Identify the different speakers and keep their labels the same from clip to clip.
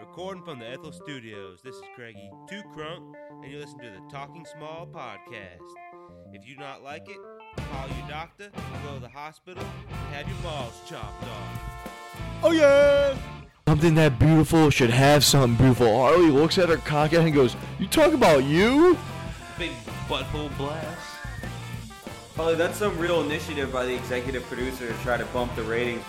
Speaker 1: Recording from the Ethel Studios, this is Craigie Two Crunk, and you listen to the Talking Small podcast. If you do not like it, call your doctor, go to the hospital, and have your balls chopped off.
Speaker 2: Oh yeah!
Speaker 3: Something that beautiful should have something beautiful. Harley looks at her cock and goes, "You talk about you?
Speaker 1: Big butthole blast.
Speaker 2: Probably that's some real initiative by the executive producer to try to bump the ratings.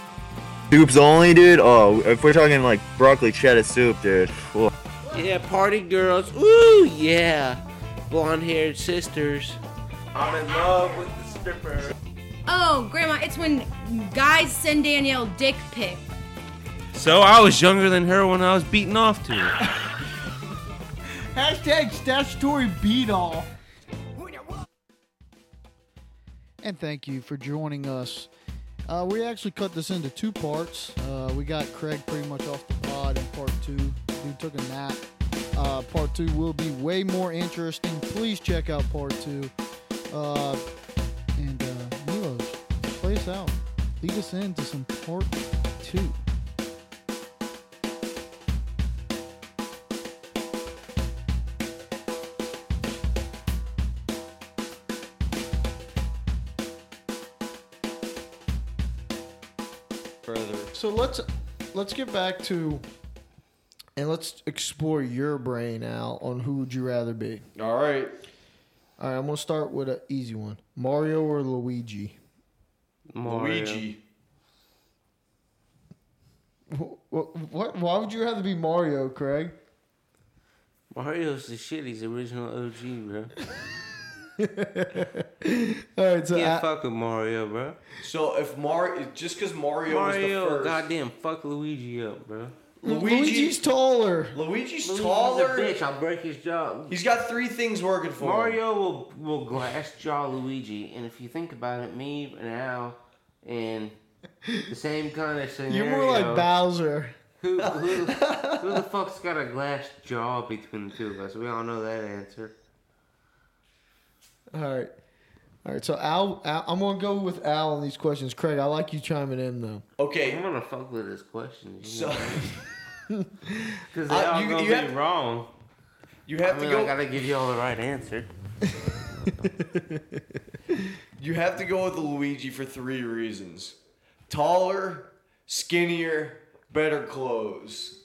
Speaker 4: Soup's only, dude. Oh, if we're talking like broccoli cheddar soup, dude. Whoa.
Speaker 5: Yeah, party girls. Ooh, yeah. Blonde haired sisters.
Speaker 2: I'm in love with the stripper.
Speaker 6: Oh, Grandma, it's when guys send Danielle dick pic.
Speaker 1: So I was younger than her when I was beating off to her.
Speaker 7: Hashtag statutory beat all. And thank you for joining us. Uh, we actually cut this into two parts. Uh, we got Craig pretty much off the pod in part two. Dude took a nap. Uh, part two will be way more interesting. Please check out part two. Uh, and uh, Milos, play us out. Lead us into some part two.
Speaker 3: Further.
Speaker 7: So let's let's get back to and let's explore your brain now on who would you rather be.
Speaker 3: All right.
Speaker 7: All right, I'm gonna start with an easy one: Mario or Luigi.
Speaker 1: Mario.
Speaker 7: What, what? Why would you rather be Mario, Craig?
Speaker 5: Mario's the shit. He's the original OG, bro.
Speaker 7: All right, so uh,
Speaker 5: Can't
Speaker 7: I-
Speaker 5: fuck with Mario, bro.
Speaker 3: Uh, So if Mario, just because Mario, was the
Speaker 5: Mario,
Speaker 3: first,
Speaker 5: goddamn, fuck Luigi up, bro.
Speaker 3: Luigi-
Speaker 7: Luigi's taller.
Speaker 3: Luigi's
Speaker 5: Luigi's
Speaker 3: taller.
Speaker 5: a bitch. I'll break his jaw.
Speaker 3: He's got three things working for him.
Speaker 5: Mario will will glass jaw Luigi, and if you think about it, me and Al, and the same kind of scenario.
Speaker 7: You're more like Bowser.
Speaker 5: Who, who, who the fuck's got a glass jaw between the two of us? We all know that answer.
Speaker 7: All right, all right. So Al, Al, I'm gonna go with Al on these questions. Craig, I like you chiming in though.
Speaker 5: I'm
Speaker 3: Okay,
Speaker 5: gonna fuck with his questions.
Speaker 3: so
Speaker 5: because they
Speaker 3: I-
Speaker 5: all
Speaker 3: you-
Speaker 5: gonna
Speaker 3: you
Speaker 5: be
Speaker 3: have to-
Speaker 5: wrong.
Speaker 3: you have
Speaker 5: I mean,
Speaker 3: to go.
Speaker 5: I gotta give you all the right answer.
Speaker 3: You have to go with Luigi for three reasons: taller, skinnier, better clothes.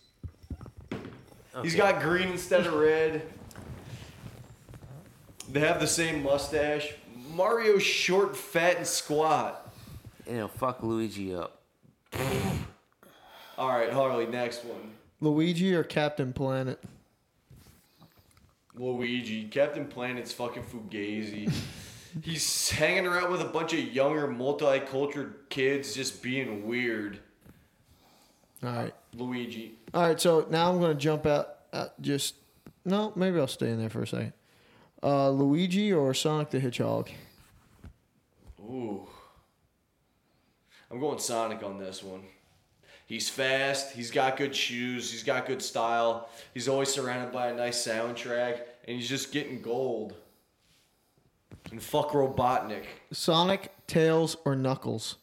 Speaker 3: He's got green instead of red. They have the same mustache. Mario's short, fat, and squat.
Speaker 5: You know, fuck Luigi up.
Speaker 3: All right, Harley, next one.
Speaker 7: Luigi or Captain Planet?
Speaker 3: Luigi, Captain Planet's fucking fugazi. He's hanging around with a bunch of younger, multicultural kids, just being weird.
Speaker 7: All right,
Speaker 3: Luigi.
Speaker 7: all right. So now I'm gonna jump out. Uh, just no, maybe I'll stay in there for a second. Uh, Luigi or Sonic the Hedgehog?
Speaker 3: Ooh. I'm going Sonic on this one. He's fast. He's got good shoes. He's got good style. He's always surrounded by a nice soundtrack, and he's just getting gold. And fuck Robotnik.
Speaker 7: Sonic, Tails, or Knuckles?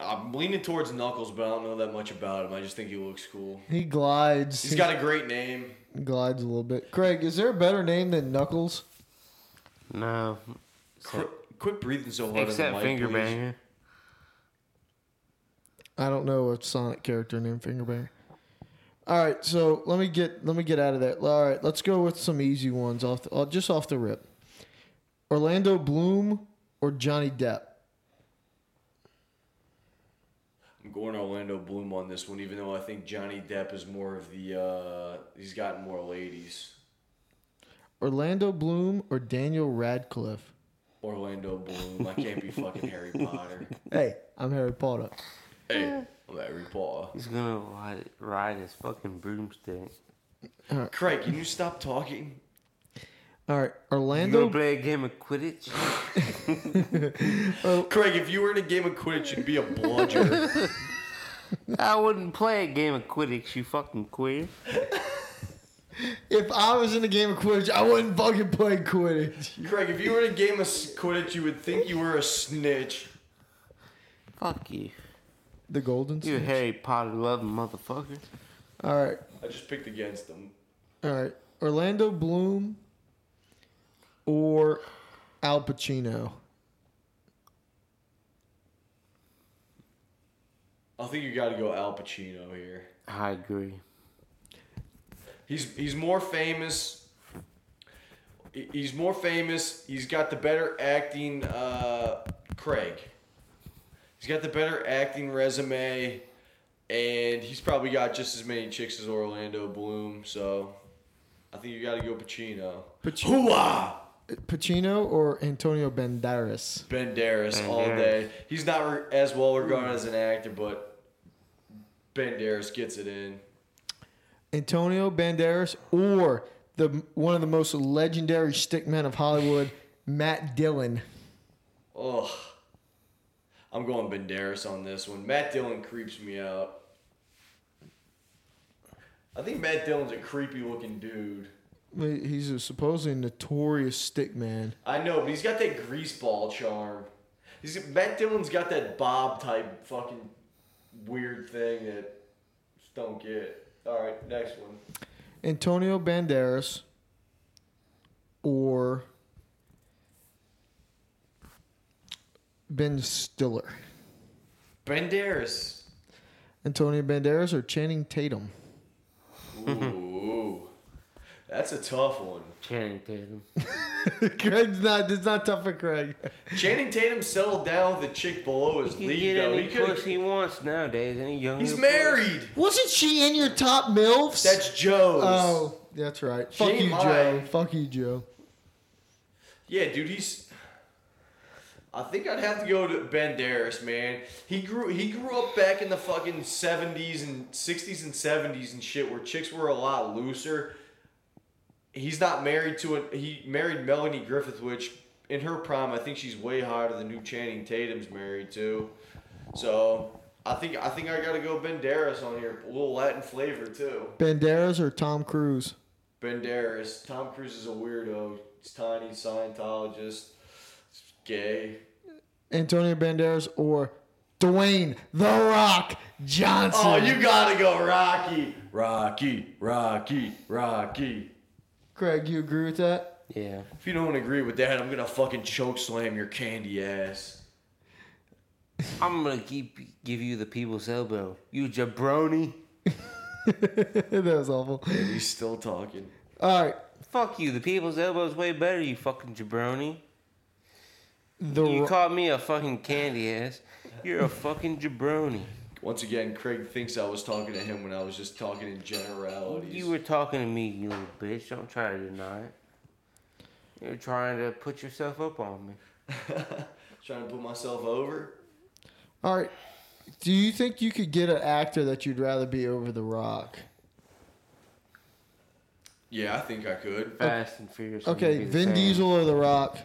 Speaker 3: I'm leaning towards Knuckles, but I don't know that much about him. I just think he looks cool.
Speaker 7: He glides.
Speaker 3: He's got a great name.
Speaker 7: He glides a little bit. Craig, is there a better name than Knuckles?
Speaker 5: No,
Speaker 3: Quit, quit breathing so hard.
Speaker 5: except
Speaker 3: on the mic,
Speaker 5: finger
Speaker 3: please.
Speaker 5: banger.
Speaker 7: I don't know a Sonic character named Fingerbanger. All right, so let me get let me get out of that. All right, let's go with some easy ones off the, uh, just off the rip. Orlando Bloom or Johnny Depp?
Speaker 3: I'm going Orlando Bloom on this one, even though I think Johnny Depp is more of the. Uh, he's got more ladies.
Speaker 7: Orlando Bloom or Daniel Radcliffe?
Speaker 3: Orlando Bloom. I can't be fucking Harry Potter.
Speaker 7: Hey, I'm Harry Potter.
Speaker 3: Hey, I'm Harry Potter.
Speaker 5: He's gonna ride, ride his fucking broomstick.
Speaker 3: Craig, can you stop talking?
Speaker 7: All right,
Speaker 5: You
Speaker 7: Orlando.
Speaker 5: gonna play a game of Quidditch?
Speaker 3: Craig, if you were in a game of Quidditch, you'd be a bludger.
Speaker 5: I wouldn't play a game of Quidditch. You fucking queer.
Speaker 7: if I was in the game of Quidditch, I wouldn't fucking play Quidditch.
Speaker 3: Craig, if you were in a game of s- Quidditch, you would think you were a snitch.
Speaker 8: Fuck you.
Speaker 7: The golden
Speaker 8: You a
Speaker 7: snitch.
Speaker 8: Harry Potter loving motherfucker.
Speaker 7: All right.
Speaker 3: I just picked against them.
Speaker 7: All right. Orlando Bloom or Al Pacino?
Speaker 3: I think you got to go Al Pacino here.
Speaker 8: I agree.
Speaker 3: He's he's more famous. He- He's more famous. He's got the better acting. Uh, Craig. He's got the better acting resume, and he's probably got just as many chicks as Orlando Bloom. So, I think you got to go Pacino.
Speaker 7: Pacino,
Speaker 3: Hooah!
Speaker 7: Pacino or Antonio Banderas?
Speaker 3: Banderas all
Speaker 8: Banderas.
Speaker 3: day. He's not re- as well regarded as an actor, but Banderas gets it in.
Speaker 7: Antonio Banderas or the one of the most legendary stickmen of Hollywood, Matt Dillon.
Speaker 3: Ugh. I'm going Banderas on this one. Matt Dillon creeps me out. I think Matt Dillon's a creepy looking dude.
Speaker 7: Wait, He's a supposedly notorious stick man.
Speaker 3: I know, but he's got that greaseball charm. He's Matt Dillon's got that bob type fucking weird thing that just don't get. All right, next one.
Speaker 7: Antonio Banderas or Ben Stiller.
Speaker 3: Banderas.
Speaker 7: Antonio Banderas or Channing Tatum.
Speaker 3: Ooh, that's a tough one.
Speaker 8: Channing Tatum.
Speaker 7: Craig's not. It's not tough for Craig.
Speaker 3: Channing Tatum settled down with a chick below his
Speaker 8: He can
Speaker 3: league
Speaker 8: get
Speaker 3: though.
Speaker 8: any
Speaker 3: He could.
Speaker 8: puss he wants nowadays. Any young.
Speaker 3: He's
Speaker 8: puss.
Speaker 3: married.
Speaker 7: Wasn't she in your top milfs?
Speaker 3: That's Joe's.
Speaker 7: oh, that's right. Fuck
Speaker 3: ain't
Speaker 7: you, Joe.
Speaker 3: mine.
Speaker 7: Fuck you, Joe.
Speaker 3: Yeah, dude, he's. I think I'd have to go to Banderas, man. He grew he grew up back in the fucking seventies and sixties and seventies and shit, where chicks were a lot looser. He's not married to an he married Melanie Griffith, which in her prime I think she's way hotter than who Channing Tatum's married to. So I think I think I gotta go Banderas on here, a little Latin flavor too.
Speaker 7: Banderas or Tom Cruise?
Speaker 3: Banderas. Tom Cruise is a weirdo. He's tiny, Scientologist, gay.
Speaker 7: Antonio Banderas or Dwayne The Rock Johnson?
Speaker 3: Oh, you gotta go, Rocky. Rocky, Rocky, Rocky.
Speaker 7: Craig, you agree with that?
Speaker 8: Yeah.
Speaker 3: If you don't agree with that, I'm gonna fucking choke slam your candy ass.
Speaker 8: I'm gonna keep give you the people's elbow. You jabroni.
Speaker 7: that was awful.
Speaker 3: He's still talking.
Speaker 7: All right,
Speaker 8: Fuck you. The people's elbow is way better. You fucking jabroni.
Speaker 7: The
Speaker 8: You
Speaker 7: Ro-
Speaker 8: called me a fucking candy ass. You're a fucking jabroni.
Speaker 3: Once again, Craig thinks I was talking to him when I was just talking in generalities.
Speaker 8: You were talking to me, you little bitch. Don't try to deny it. You're trying to put yourself up on me.
Speaker 3: trying to put myself over.
Speaker 7: all right. Do you think you could get an actor that you'd rather be over The Rock?
Speaker 3: Yeah, I think I could.
Speaker 8: Fast and furious. would
Speaker 7: Okay,
Speaker 8: be the
Speaker 7: Vin
Speaker 8: same.
Speaker 7: Diesel or The Rock?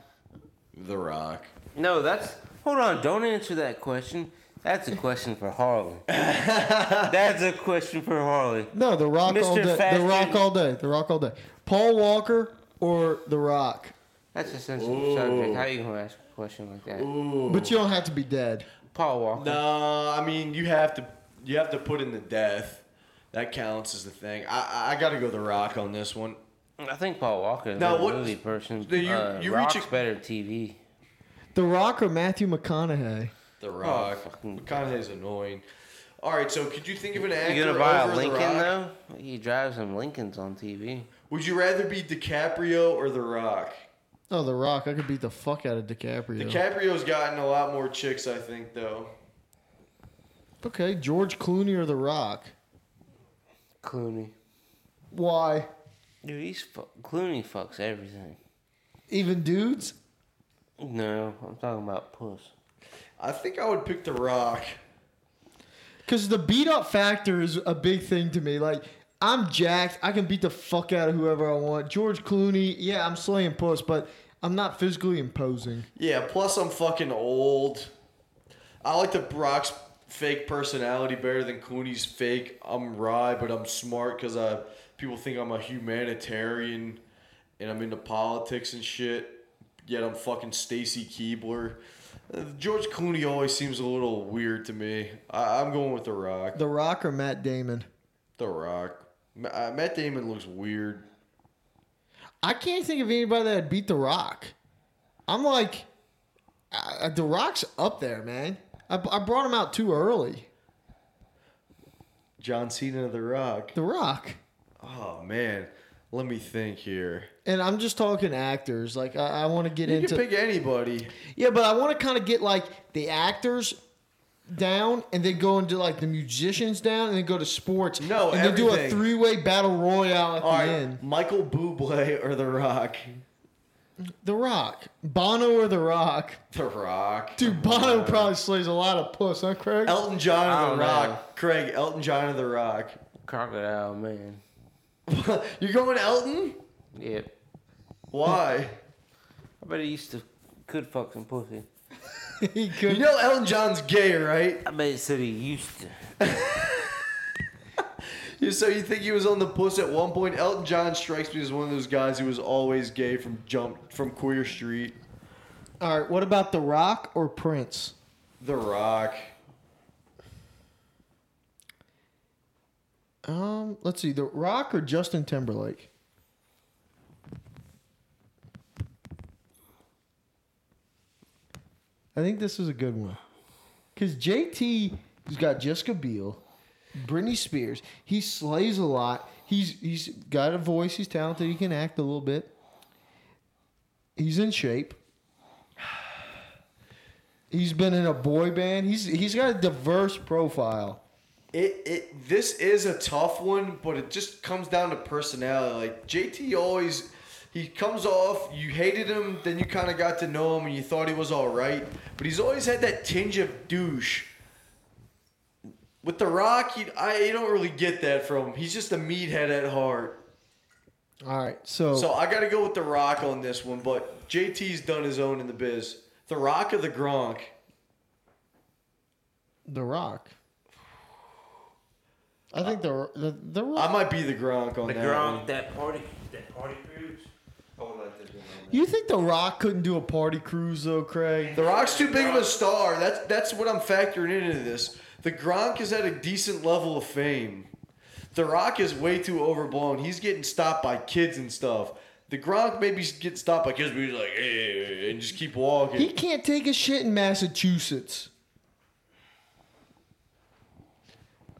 Speaker 3: The Rock.
Speaker 8: No, that's. Hold on. Don't answer that question. That's a question for Harley. that's a question for Harley.
Speaker 7: No, The Rock all
Speaker 8: Mr.
Speaker 7: day.
Speaker 8: Fast
Speaker 7: the Rock
Speaker 8: and-
Speaker 7: all day. The Rock all day. Paul Walker or The Rock?
Speaker 8: That's a sensitive subject. How you gonna ask a question like that?
Speaker 7: But you don't have to be dead.
Speaker 8: Paul Walker.
Speaker 3: No, I mean you have to you have to put in the death. That counts as the thing. I I, I got to go the Rock on this one.
Speaker 8: I think Paul Walker is
Speaker 3: Now,
Speaker 8: a
Speaker 3: what-
Speaker 8: movie person.
Speaker 3: do you-
Speaker 8: uh,
Speaker 3: you
Speaker 8: Rock's
Speaker 3: reach a-
Speaker 8: better TV.
Speaker 7: The Rock or Matthew McConaughey?
Speaker 3: The Rock.
Speaker 8: Oh, fucking-
Speaker 3: McConaughey's annoying. All right, so could you think of an actor
Speaker 8: You gonna buy
Speaker 3: over
Speaker 8: a Lincoln
Speaker 3: the Rock?
Speaker 8: though? He drives some Lincolns on TV.
Speaker 3: Would you rather be DiCaprio or the Rock?
Speaker 7: Oh, The Rock. I could beat the fuck out of DiCaprio.
Speaker 3: DiCaprio's gotten a lot more chicks, I think, though.
Speaker 7: okay, George Clooney or The Rock?
Speaker 8: Clooney.
Speaker 7: Why?
Speaker 8: Dude, he's fu- Clooney fucks everything.
Speaker 7: Even dudes?
Speaker 8: No, I'm talking about puss.
Speaker 3: I think I would pick the Rock.
Speaker 7: Because the beat up factor is a big thing to me. Like, I'm jacked. I can beat the fuck out of whoever I want. George Clooney, yeah, I'm slaying puss, but I'm not physically imposing.
Speaker 3: Yeah, plus I'm fucking old. I like the Brock's fake personality better than Clooney's fake. I'm wry, but I'm smart uh, because I people think I'm a humanitarian and I'm into politics and shit. Yet I'm fucking Stacy Keebler. Uh, George Clooney always seems a little weird to me. I, I'm going with The Rock.
Speaker 7: The Rock or Matt Damon?
Speaker 3: The Rock. Ma- uh, Matt Damon looks weird.
Speaker 7: I can't think of anybody that would beat The Rock. I'm like, uh, The Rock's up there, man. I, I brought him out too early.
Speaker 3: John Cena, The Rock.
Speaker 7: The Rock.
Speaker 3: Oh man, let me think here.
Speaker 7: And I'm just talking actors. Like, I, I want to get
Speaker 3: You
Speaker 7: into.
Speaker 3: can pick anybody.
Speaker 7: Yeah, but I want to kind of get like the actors down and then go into like the musicians down and then go to sports.
Speaker 3: No,
Speaker 7: and then do a
Speaker 3: everything.
Speaker 7: three way battle royale at
Speaker 3: All
Speaker 7: the
Speaker 3: right,
Speaker 7: end.
Speaker 3: Michael Bublé or The Rock?
Speaker 7: The Rock, Bono or The Rock,
Speaker 3: The Rock.
Speaker 7: dude. Bono probably slays a lot of puss, huh, Craig?
Speaker 3: Elton John or
Speaker 8: don't
Speaker 3: The
Speaker 8: know.
Speaker 3: Rock. Craig, Elton John or The Rock.
Speaker 8: Crocodile man.
Speaker 3: You're going Elton?
Speaker 8: Yep.
Speaker 3: Why?
Speaker 8: I bet he used to could fuck some pussy.
Speaker 7: he
Speaker 3: you
Speaker 7: could.
Speaker 3: know Elton John's gay, right?
Speaker 8: I bet he said he used to.
Speaker 3: You- So you think he was on the puss at one point? Elton John strikes me as one of those guys who was always gay from jump from Queer Street.
Speaker 7: All right, what about The Rock or Prince?
Speaker 3: The Rock.
Speaker 7: Um, let's see, The Rock or Justin Timberlake. I think this is a good one, because JT has got Jessica Biel, Britney Spears. He slays a lot. He's he's got a voice. He's talented. He can act a little bit. He's in shape. He's been in a boy band. He's he's got a diverse profile.
Speaker 3: It, it this is a tough one, but it just comes down to personality. Like JT always he comes off, you hated him, then you kinda got to know him and you thought he was alright. But he's always had that tinge of douche. With The Rock, you, I you don't really get that from him. He's just a meathead at heart.
Speaker 7: All right,
Speaker 3: So I gotta go with The Rock on this one, but JT's done his own in the biz. The Rock or the Gronk?
Speaker 7: The Rock. I think the the, the
Speaker 3: I
Speaker 7: Rock.
Speaker 3: might be the Gronk on
Speaker 5: The
Speaker 3: that
Speaker 5: Gronk,
Speaker 3: one.
Speaker 5: that party, that party cruise. I would like to do that.
Speaker 7: Uh, you think the Rock couldn't do a party cruise though, Craig?
Speaker 3: The Rock's too big of a star. That's that's what I'm factoring into this. The Gronk is at a decent level of fame. The Rock is way too overblown. He's getting stopped by kids and stuff. The Gronk maybe gets stopped by kids, but he's like, "Hey, hey, hey," and just keep walking.
Speaker 7: He can't take a shit in Massachusetts.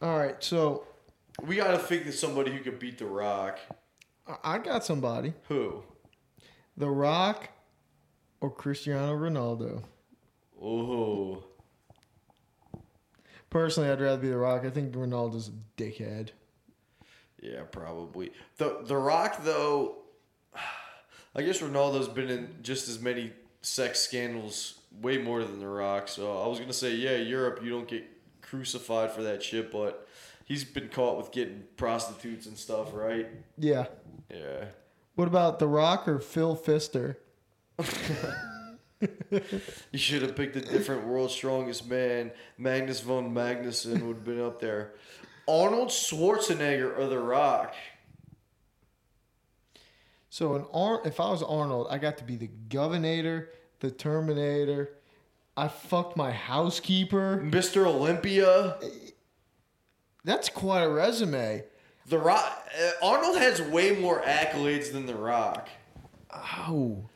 Speaker 7: All right, so
Speaker 3: we gotta figure somebody who could beat The Rock.
Speaker 7: I- I got somebody.
Speaker 3: Who?
Speaker 7: The Rock or Cristiano Ronaldo.
Speaker 3: Oh,
Speaker 7: Personally, I'd rather be The Rock. I think Ronaldo's a dickhead.
Speaker 3: yeah, probably. The The Rock though, I guess Ronaldo's been in just as many sex scandals, way more than The Rock. So I was gonna say, yeah, Europe, you don't get crucified for that shit, but he's been caught with getting prostitutes and stuff, right?
Speaker 7: Yeah.
Speaker 3: Yeah.
Speaker 7: What about The Rock or Phil Fister?
Speaker 3: You should have picked a different world's strongest man. Magnus von Magnuson would have been up there. Arnold Schwarzenegger or The Rock.
Speaker 7: So an Ar- if I was Arnold, I got to be the Governator, the Terminator. I fucked my housekeeper.
Speaker 3: Mr. Olympia.
Speaker 7: That's quite a resume.
Speaker 3: The Rock. Uh, Arnold has way more accolades than The Rock.
Speaker 7: Oh.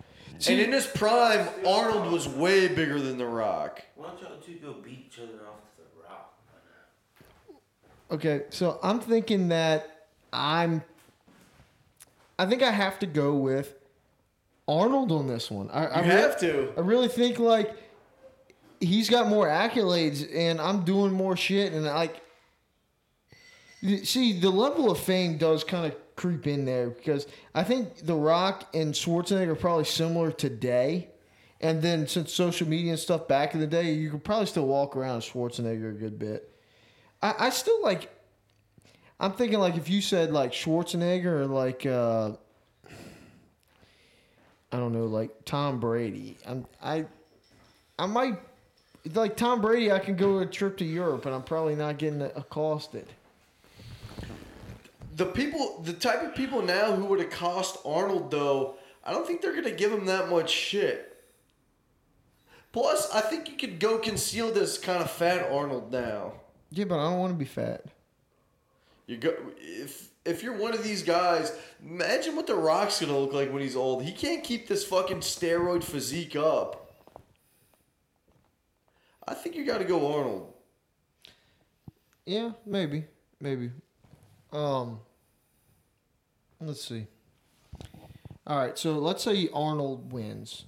Speaker 3: And in his prime, Arnold was way bigger than The Rock.
Speaker 5: Why don't y'all two go beat each other off to the rock?
Speaker 7: Okay, so I'm thinking that I'm I think I have to go with Arnold on this one. I, I
Speaker 3: You
Speaker 7: re-
Speaker 3: have to.
Speaker 7: I really think like he's got more accolades and I'm doing more shit and like see the level of fame does kind of creep in there because I think The Rock and Schwarzenegger are probably similar today. And then since social media and stuff back in the day, you could probably still walk around Schwarzenegger a good bit. I, I still like I'm thinking like if you said like Schwarzenegger or like uh I don't know, like Tom Brady. I'm I I might like Tom Brady, I can go on a trip to Europe and I'm probably not getting accosted.
Speaker 3: The people, the type of people now who would accost Arnold, though, I don't think they're gonna give him that much shit. Plus, I think you could go conceal this kind of fat Arnold now.
Speaker 7: Yeah, but I don't want to be fat.
Speaker 3: You go if if you're one of these guys, imagine what the Rock's gonna look like when he's old. He can't keep this fucking steroid physique up. I think you got to go Arnold.
Speaker 7: Yeah, maybe, maybe. Um, let's see. All right, so let's say Arnold wins.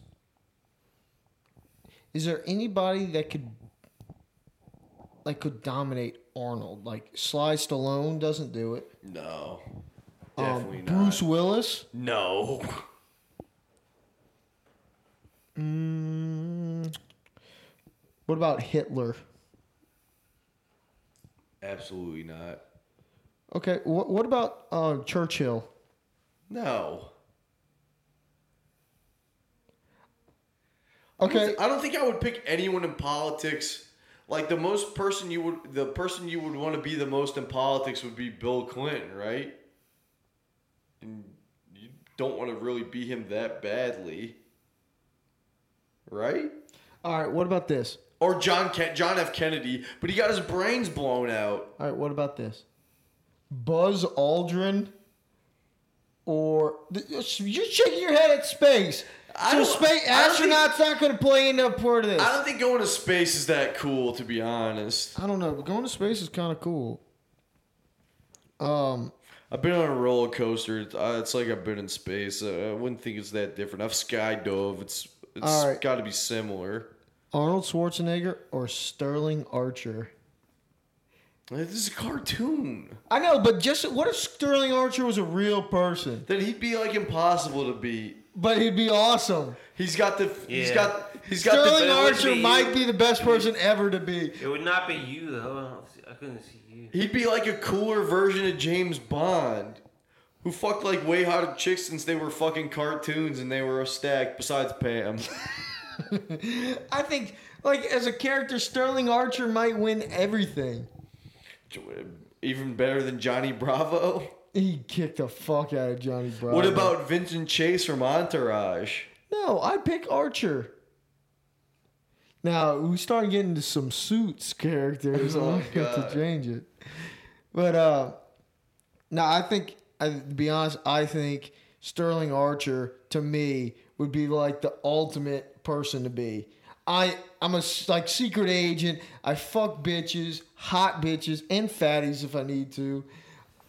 Speaker 7: Is there anybody that could like could dominate Arnold? Like Sly Stallone doesn't do it.
Speaker 3: No,
Speaker 7: Um,
Speaker 3: definitely not.
Speaker 7: Bruce Willis.
Speaker 3: No.
Speaker 7: Mm, what about Hitler?
Speaker 3: Absolutely not.
Speaker 7: Okay, what what about uh, Churchill?
Speaker 3: No.
Speaker 7: Okay,
Speaker 3: I don't think I would pick anyone in politics. Like the most person you would, the person you would want to be the most in politics would be Bill Clinton, right? And you don't want to really be him that badly, right?
Speaker 7: all right. What about this?
Speaker 3: Or John Ken- John F. Kennedy, but he got his brains blown out.
Speaker 7: All right, what about this? Buzz Aldrin or you're shaking your head at space.
Speaker 3: I
Speaker 7: so
Speaker 3: don't-
Speaker 7: space
Speaker 3: I don't think-
Speaker 7: astronauts not going to play into a part of this.
Speaker 3: I don't think going to space is that cool, to be honest.
Speaker 7: I don't know. But going to space is kind of cool. Um,
Speaker 3: I've been on a roller coaster. It's, uh, it's like I've been in space. Uh, I wouldn't think it's that different. I've skydove. It's it's
Speaker 7: All right.
Speaker 3: got to be similar.
Speaker 7: Arnold Schwarzenegger or Sterling Archer.
Speaker 3: This is a cartoon.
Speaker 7: I know, but just what if Sterling Archer was a real person?
Speaker 3: Then he'd be like impossible to beat.
Speaker 7: But he'd be awesome.
Speaker 3: He's got the. He's
Speaker 8: Yeah.
Speaker 3: got. He's got
Speaker 7: Sterling
Speaker 3: the.
Speaker 8: would
Speaker 7: Archer
Speaker 8: be-
Speaker 7: might be the best person ever to be.
Speaker 8: It would not be you though. I, don't see, I couldn't see you.
Speaker 3: He'd be like a cooler version of James Bond, who fucked like way hotter chicks since they were fucking cartoons and they were stacked. Besides Pam,
Speaker 7: I think, like as a character, Sterling Archer might win everything.
Speaker 3: even better than Johnny Bravo.
Speaker 7: He kicked the fuck out of Johnny Bravo.
Speaker 3: What about Vincent Chase from Entourage?
Speaker 7: No, I pick Archer. Now we start getting to some suits characters.
Speaker 3: Oh,
Speaker 7: I'm gonna have
Speaker 3: God.
Speaker 7: to change it. But uh, no, I think I, to be honest, I think Sterling Archer to me would be like the ultimate person to be. I I'm a s- like secret agent. I fuck bitches, hot bitches, and fatties if I need to.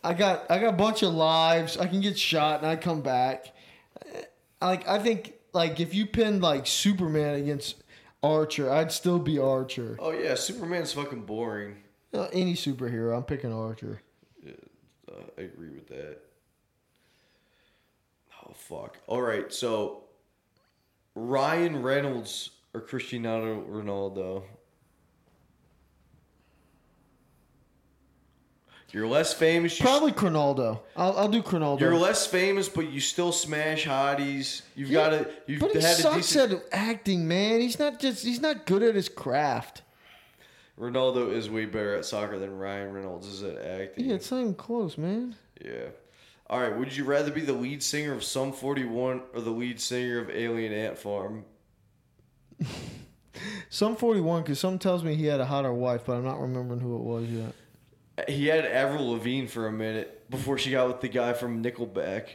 Speaker 7: I got I got a bunch of lives. I can get shot and I come back. Like I think like if you pinned like Superman against Archer, I'd still be Archer.
Speaker 3: Oh yeah, Superman's fucking boring.
Speaker 7: Uh, any superhero, I'm picking Archer.
Speaker 3: Uh, I agree with that. Oh fuck! All right, so Ryan Reynolds or Cristiano Ronaldo? You're less famous. You
Speaker 7: Probably Cronaldo. I'll, I'll do Cronaldo.
Speaker 3: You're less famous, but you still smash hotties. You've
Speaker 7: Yeah,
Speaker 3: got to. You've
Speaker 7: but he
Speaker 3: had a
Speaker 7: sucks
Speaker 3: decent.
Speaker 7: at acting, man. He's not just he's not good at his craft.
Speaker 3: Ronaldo is way better at soccer than Ryan Reynolds is at acting.
Speaker 7: Yeah, it's not even close, man.
Speaker 3: Yeah. All right. Would you rather be the lead singer of Sum 41 or the lead singer of Alien Ant Farm?
Speaker 7: Some forty one, because some tells me he had a hotter wife, but I'm not remembering who it was yet.
Speaker 3: He had Avril Lavigne for a minute before she got with the guy from Nickelback.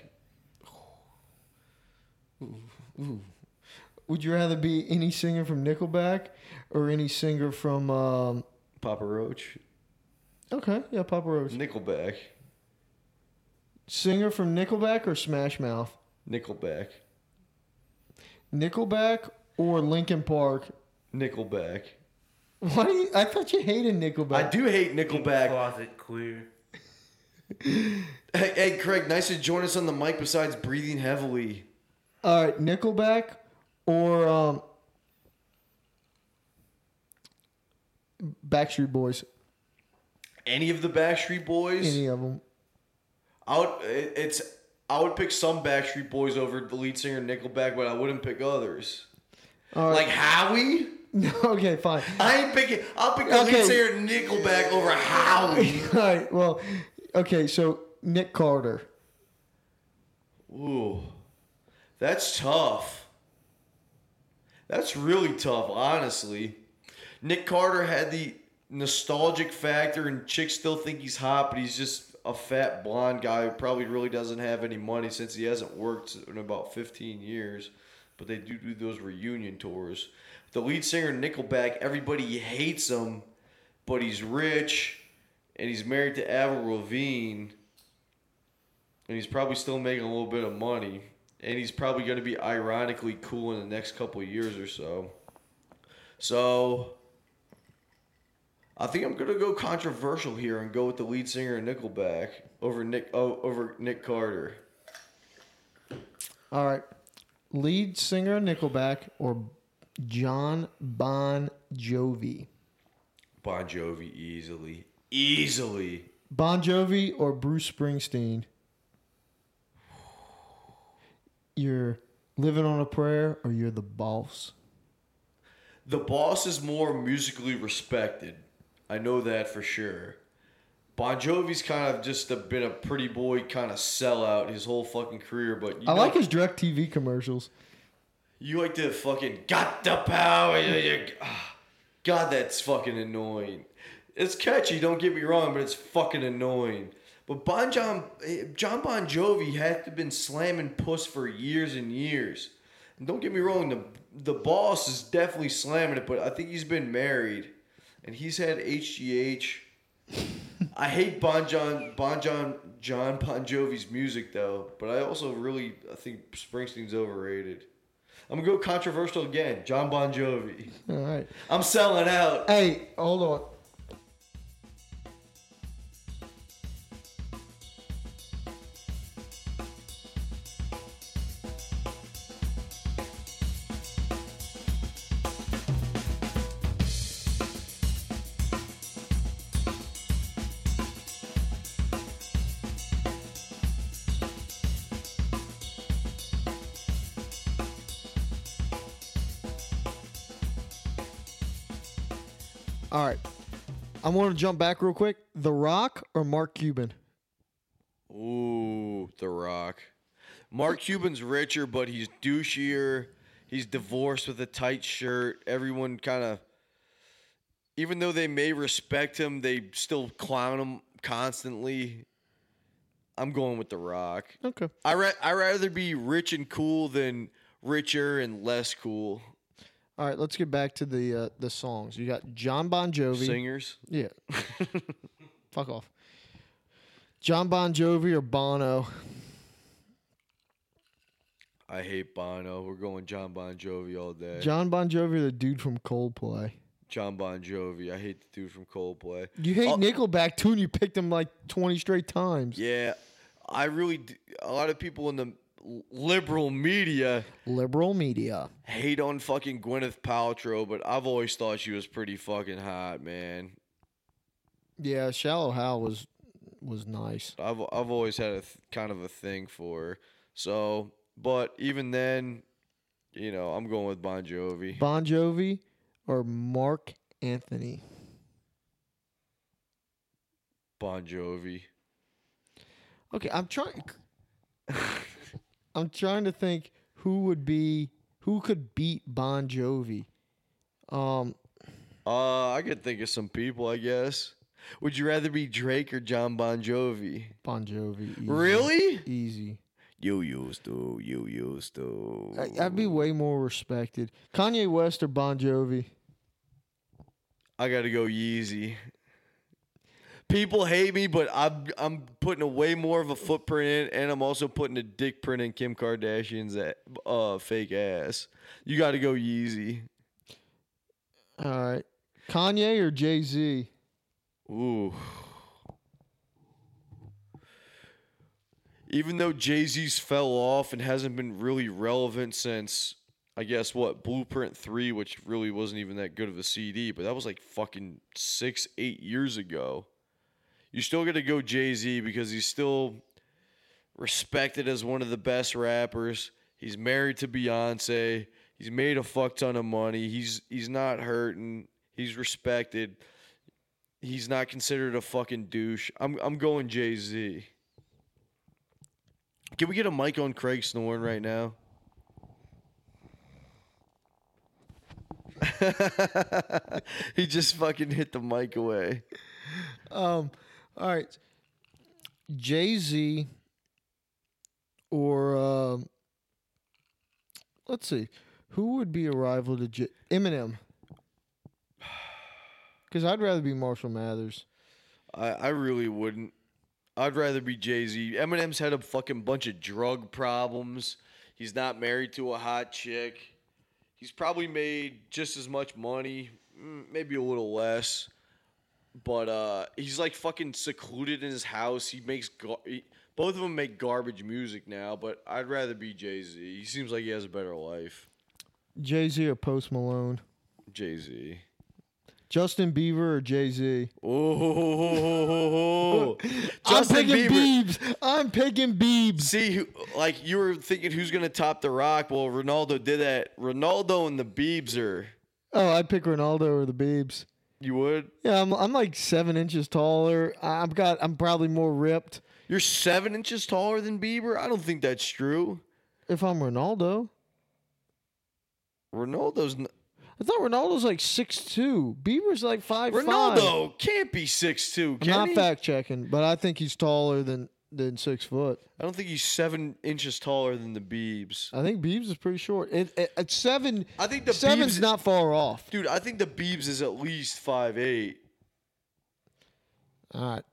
Speaker 7: Would you rather be any singer from Nickelback or any singer from um,
Speaker 3: Papa Roach.
Speaker 7: Okay, yeah, Papa Roach.
Speaker 3: Nickelback.
Speaker 7: Singer from Nickelback or Smash Mouth?
Speaker 3: Nickelback.
Speaker 7: Nickelback or Linkin Park?
Speaker 3: Nickelback.
Speaker 7: Why do you, I thought you hated Nickelback.
Speaker 3: I do hate Nickelback.
Speaker 8: Closet queer.
Speaker 3: Hey, hey, Craig, nice to join us on the mic besides breathing heavily.
Speaker 7: All right, Nickelback or um, Backstreet Boys.
Speaker 3: Any of the Backstreet Boys?
Speaker 7: Any of them.
Speaker 3: I would, it- it's, I would pick some Backstreet Boys over the lead singer of Nickelback, but I wouldn't pick others.
Speaker 7: All right.
Speaker 3: Like Howie?
Speaker 7: okay, fine.
Speaker 3: I ain't picking. I'll pick the
Speaker 7: Okay.
Speaker 3: lead singer of Nickelback over Howie.
Speaker 7: All right, well, okay, so Nick Carter.
Speaker 3: Ooh, That's tough. That's really tough, honestly. Nick Carter had the nostalgic factor, and chicks still think he's hot, but he's just a fat blonde guy who probably really doesn't have any money since he hasn't worked in about 15 years. But they do do those reunion tours. The lead singer of Nickelback, everybody hates him, but he's rich, and he's married to Avril Lavigne, and he's probably still making a little bit of money, and he's probably going to be ironically cool in the next couple of years or so. So, I think I'm gonna go controversial here and go with the lead singer of Nickelback over Nick oh, over Nick Carter.
Speaker 7: All right. Lead singer of Nickelback or John Bon Jovi?
Speaker 3: Bon Jovi easily, easily.
Speaker 7: Bon Jovi or Bruce Springsteen? You're living on a prayer or you're the boss?
Speaker 3: The boss is more musically respected. I know that for sure. Bon Jovi's kind of just a, been a pretty boy kind of sellout his whole fucking career, but you
Speaker 7: I
Speaker 3: know-
Speaker 7: like his direct TV commercials.
Speaker 3: You like to fucking got the power. you- you- ah. God, that's fucking annoying. It's catchy, don't get me wrong, but it's fucking annoying. But Bon John, eh, John Bon Jovi had to been slamming puss for years and years. And don't get me wrong, the the boss is definitely slamming it, but I think he's been married, and he's had HGH. I hate Bon John Bon John John Bon Jovi's music though, but I also really I think Springsteen's overrated. I'm gonna go controversial again. John Bon Jovi.
Speaker 7: All right.
Speaker 3: I'm selling out.
Speaker 7: Hey, hold on. All right. I want to jump back real quick. The Rock or Mark Cuban?
Speaker 3: Ooh, The Rock. Mark Cuban's richer, but he's douchier. He's divorced with a tight shirt. Everyone kind of, even though they may respect him, they still clown him constantly. I'm going with The Rock.
Speaker 7: Okay.
Speaker 3: I ra- I rather be rich and cool than richer and less cool.
Speaker 7: All right, let's get back to the uh, the songs. You got John Bon Jovi.
Speaker 3: Singers.
Speaker 7: Yeah. Fuck off. John Bon Jovi or Bono?
Speaker 3: I hate Bono. We're going John Bon Jovi all day.
Speaker 7: John Bon Jovi or the dude from Coldplay?
Speaker 3: John Bon Jovi. I hate the dude from Coldplay.
Speaker 7: You hate
Speaker 3: Oh.
Speaker 7: Nickelback too, and you picked him like 20 straight times.
Speaker 3: Yeah, I really. d- A lot of people in the liberal media
Speaker 7: Liberal media.
Speaker 3: hate on fucking Gwyneth Paltrow, but I've always thought she was pretty fucking hot, man.
Speaker 7: Yeah, Shallow Hal was was nice.
Speaker 3: I've I've always had a th- kind of a thing for her. So, but even then, you know, I'm going with Bon Jovi.
Speaker 7: Bon Jovi or Mark Anthony?
Speaker 3: Bon Jovi.
Speaker 7: Okay, I'm trying. I'm trying to think who would be who could beat Bon Jovi. Um,
Speaker 3: Uh, I could think of some people, I guess. Would you rather be Drake or John Bon Jovi?
Speaker 7: Bon Jovi. easy.
Speaker 3: Really?
Speaker 7: Easy.
Speaker 3: You used to. You used to.
Speaker 7: I, I'd be way more respected. Kanye West or Bon Jovi?
Speaker 3: I gotta go Yeezy. People hate me, but I'm I'm putting a way more of a footprint in, and I'm also putting a dick print in Kim Kardashian's a- uh fake ass. You gotta go Yeezy.
Speaker 7: All right. Kanye or Jay Z?
Speaker 3: Ooh. Even though Jay Z's fell off and hasn't been really relevant since, I guess, what, Blueprint 3, which really wasn't even that good of a CD, but that was like fucking six, eight years ago. You still got to go Jay Z because he's still respected as one of the best rappers. He's married to Beyonce. He's made a fuck ton of money. He's he's not hurting. He's respected he's not considered a fucking douche. I'm I'm going Jay Z. Can we get a mic on Craig snoring right now? he just fucking hit the mic away.
Speaker 7: All right. Jay Z or um let's see, who would be a rival to J- Eminem? Because I'd rather be Marshall Mathers.
Speaker 3: I, I really wouldn't. I'd rather be Jay Z. Eminem's had a fucking bunch of drug problems. He's not married to a hot chick. He's probably made just as much money, mm, maybe a little less. But uh, he's like fucking secluded in his house. He makes gar- he, both of them make garbage music now. But I'd rather be Jay Z. He seems like he has a better life.
Speaker 7: Jay Z or Post Malone?
Speaker 3: Jay Z.
Speaker 7: Justin Bieber or Jay Z?
Speaker 3: Oh,
Speaker 7: I'm picking Biebs. I'm picking Biebs.
Speaker 3: See, who- like you were thinking, who's gonna top the Rock? Well, Ronaldo did that. Ronaldo and the Biebs are.
Speaker 7: Oh, I'd pick Ronaldo or the Biebs.
Speaker 3: You would?
Speaker 7: Yeah, I'm, I'm like seven inches taller. I- I've got I'm probably more ripped
Speaker 3: You're seven inches taller than Bieber. I don't think that's true.
Speaker 7: if I'm Ronaldo.
Speaker 3: Ronaldo's n-
Speaker 7: I thought Ronaldo's like six two. Bieber's like five.
Speaker 3: Ronaldo can't be six two.
Speaker 7: I'm
Speaker 3: Can
Speaker 7: not
Speaker 3: he?
Speaker 7: fact checking, but I think he's taller than than six foot.
Speaker 3: I don't think he's seven inches taller than the Biebs.
Speaker 7: I think Biebs is pretty short. It, it, at seven,
Speaker 3: I think the
Speaker 7: seven's
Speaker 3: Biebs-
Speaker 7: not far off.
Speaker 3: Dude, I think the Biebs is at least five eight.
Speaker 7: All right.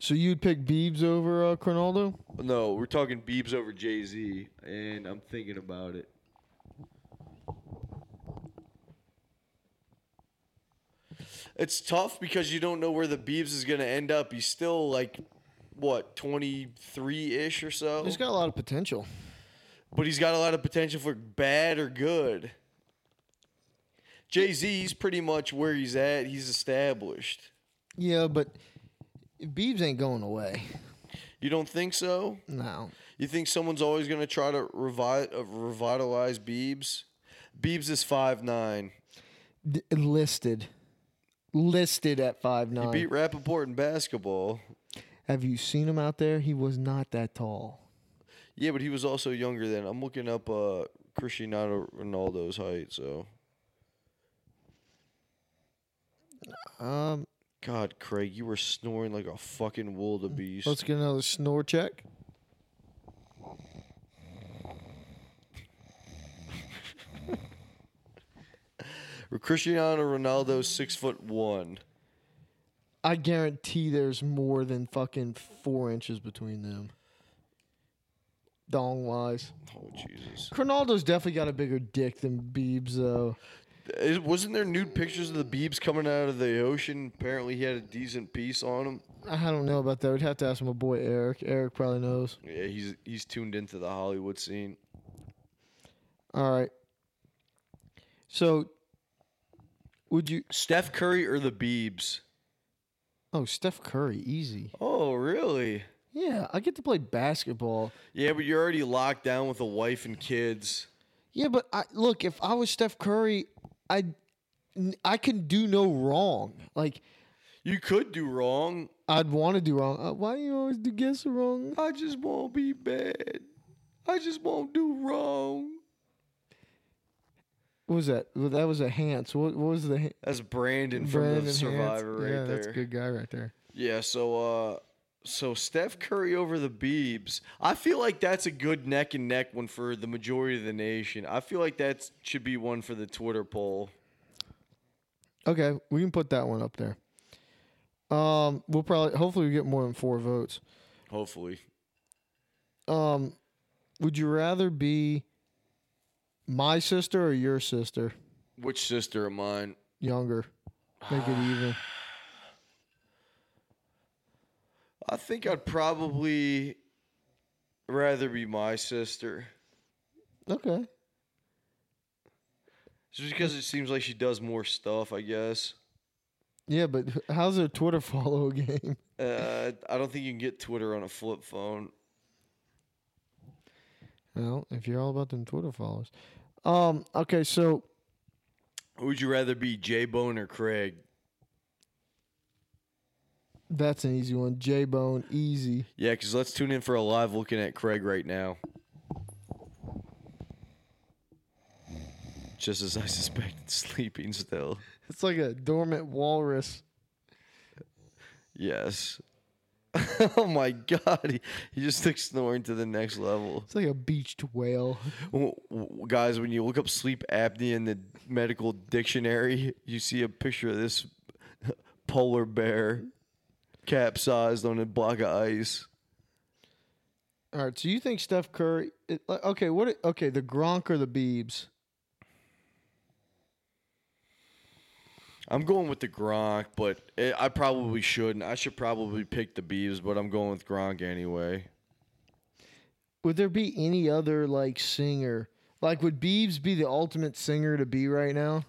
Speaker 7: So you'd pick Biebs over uh, Ronaldo?
Speaker 3: No, we're talking Biebs over Jay Z, and I'm thinking about it. It's tough because you don't know where the Biebs is going to end up. He's still like, what, 23 ish or so?
Speaker 7: He's got a lot of potential.
Speaker 3: but he's got a lot of potential for bad or good. Jay Z's pretty much where he's at. He's established.
Speaker 7: Yeah, but Biebs ain't going away.
Speaker 3: You don't think so?
Speaker 7: No.
Speaker 3: You think someone's always going to try to revi- uh, revitalize Biebs? Biebs is five nine.
Speaker 7: D- listed. Listed at five
Speaker 3: He
Speaker 7: nine.
Speaker 3: beat Rappaport in basketball.
Speaker 7: Have you seen him out there? He was not that tall.
Speaker 3: Yeah, but he was also younger then. I'm looking up uh, Cristiano Ronaldo's height, so.
Speaker 7: Um,
Speaker 3: God, Craig, you were snoring like a fucking wildebeest.
Speaker 7: let's get another snore check.
Speaker 3: Cristiano Ronaldo's six foot one.
Speaker 7: I guarantee there's more than fucking four inches between them. Dong wise,
Speaker 3: Oh Jesus!
Speaker 7: Ronaldo's definitely got a bigger dick than Biebs though.
Speaker 3: Is- wasn't there nude pictures of the Biebs coming out of the ocean? Apparently, he had a decent piece on him.
Speaker 7: I don't know about that. We'd have to ask my boy Eric. Eric probably knows.
Speaker 3: Yeah, he's he's tuned into the Hollywood scene.
Speaker 7: All right. So, would you?
Speaker 3: Steph Curry or the Biebs?
Speaker 7: Oh, Steph Curry, easy.
Speaker 3: Oh, really?
Speaker 7: Yeah, I get to play basketball.
Speaker 3: Yeah, but you're already locked down with a wife and kids.
Speaker 7: Yeah, but I look if I was Steph Curry, I I can do no wrong. Like
Speaker 3: You could do wrong.
Speaker 7: I'd want to do wrong. Uh, why you always do guess wrong?
Speaker 3: I just won't be bad. I just won't do wrong.
Speaker 7: What was that? Well, that was a Hans. What, what was the ha-
Speaker 3: That's Brandon from
Speaker 7: Brandon
Speaker 3: the
Speaker 7: Hans?
Speaker 3: Survivor right
Speaker 7: yeah,
Speaker 3: there.
Speaker 7: that's a good guy right there.
Speaker 3: Yeah, so uh so Steph Curry over the Beebs. I feel like that's a good neck and neck one for the majority of the nation. I feel like that should be one for the Twitter poll.
Speaker 7: Okay, we can put that one up there. Um, we'll probably hopefully we get more than four votes.
Speaker 3: Hopefully.
Speaker 7: Um, would you rather be my sister or your sister?
Speaker 3: Which sister of mine?
Speaker 7: Younger, make it even.
Speaker 3: I think I'd probably rather be my sister.
Speaker 7: Okay.
Speaker 3: Just because it seems like she does more stuff, I guess.
Speaker 7: Yeah, but how's their Twitter follow game?
Speaker 3: Uh, I don't think you can get Twitter on a flip phone.
Speaker 7: Well, if you're all about them Twitter followers. Um, okay, so
Speaker 3: Who Would you rather be J Bone or Craig?
Speaker 7: that's an easy one. J Bone, easy.
Speaker 3: Yeah, because let's tune in for a live looking at Craig right now. just as I suspected, sleeping still.
Speaker 7: It's like a dormant walrus.
Speaker 3: Yes. oh my god, he, he just took snoring to the next level.
Speaker 7: It's like a beached whale.
Speaker 3: W- w- Guys, when you look up sleep apnea in the medical dictionary, you see a picture of this polar bear capsized on a block of ice.
Speaker 7: All right. So you think Steph Curry? It, like, okay. What? it- Okay. The Gronk or the Beebs?
Speaker 3: I'm going with the Gronk, but eh, I probably shouldn't. I should probably pick the Beavs, but I'm going with Gronk anyway.
Speaker 7: Would there be any other like singer? Like, would Beebs be the ultimate singer to be right now?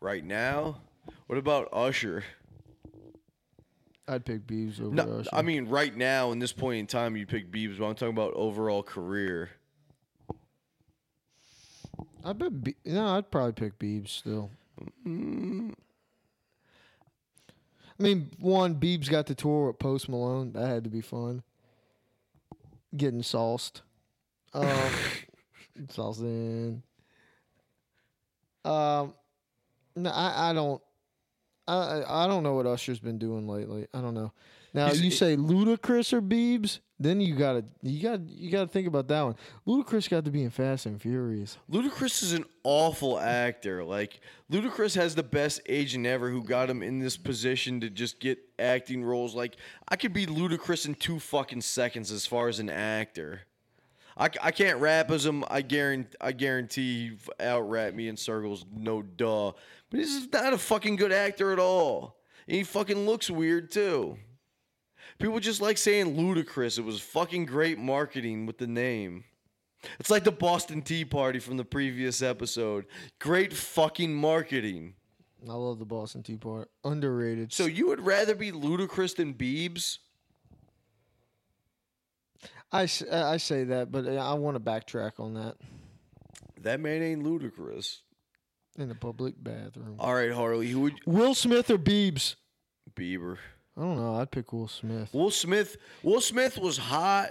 Speaker 3: Right now, what about Usher?
Speaker 7: I'd pick Beebs over
Speaker 3: No,
Speaker 7: Usher.
Speaker 3: I mean, right now, in this point in time, you pick Beavs, but I'm talking about overall career.
Speaker 7: I bet. Be- no, I'd probably pick Beebs still. I mean, one Beebs got the tour with Post Malone. That had to be fun. Getting sauced. Um, sauced in. Um, no, I, I don't. I I- I don't know what Usher's been doing lately. I don't know. Now
Speaker 3: He's-
Speaker 7: you say Ludacris or Biebs, then you gotta you got to you gotta think about that one. Ludacris got to be in Fast and Furious.
Speaker 3: Ludacris is an awful actor. Like Ludacris has the best agent ever who got him in this position to just get acting roles. Like I could be Ludacris in two fucking seconds as far as an actor. I, c- I can't rap as him. I guarantee I guarantee he f- out-rap me in circles. No duh. But this is not a fucking good actor at all. And he fucking looks weird too. People just like saying Ludacris. It was fucking great marketing with the name. It's like the Boston Tea Party from the previous episode. Great fucking marketing.
Speaker 7: I love the Boston Tea Party. Underrated.
Speaker 3: So
Speaker 7: So
Speaker 3: you would rather be Ludacris than Biebs?
Speaker 7: I, s- I say that, but uh, I want to backtrack on that
Speaker 3: That man ain't Ludacris.
Speaker 7: in the public bathroom.
Speaker 3: All right, Harley, who would
Speaker 7: Will Smith or Biebs?
Speaker 3: Bieber?
Speaker 7: I don't know. I'd pick Will Smith.
Speaker 3: Will Smith. Will Smith was hot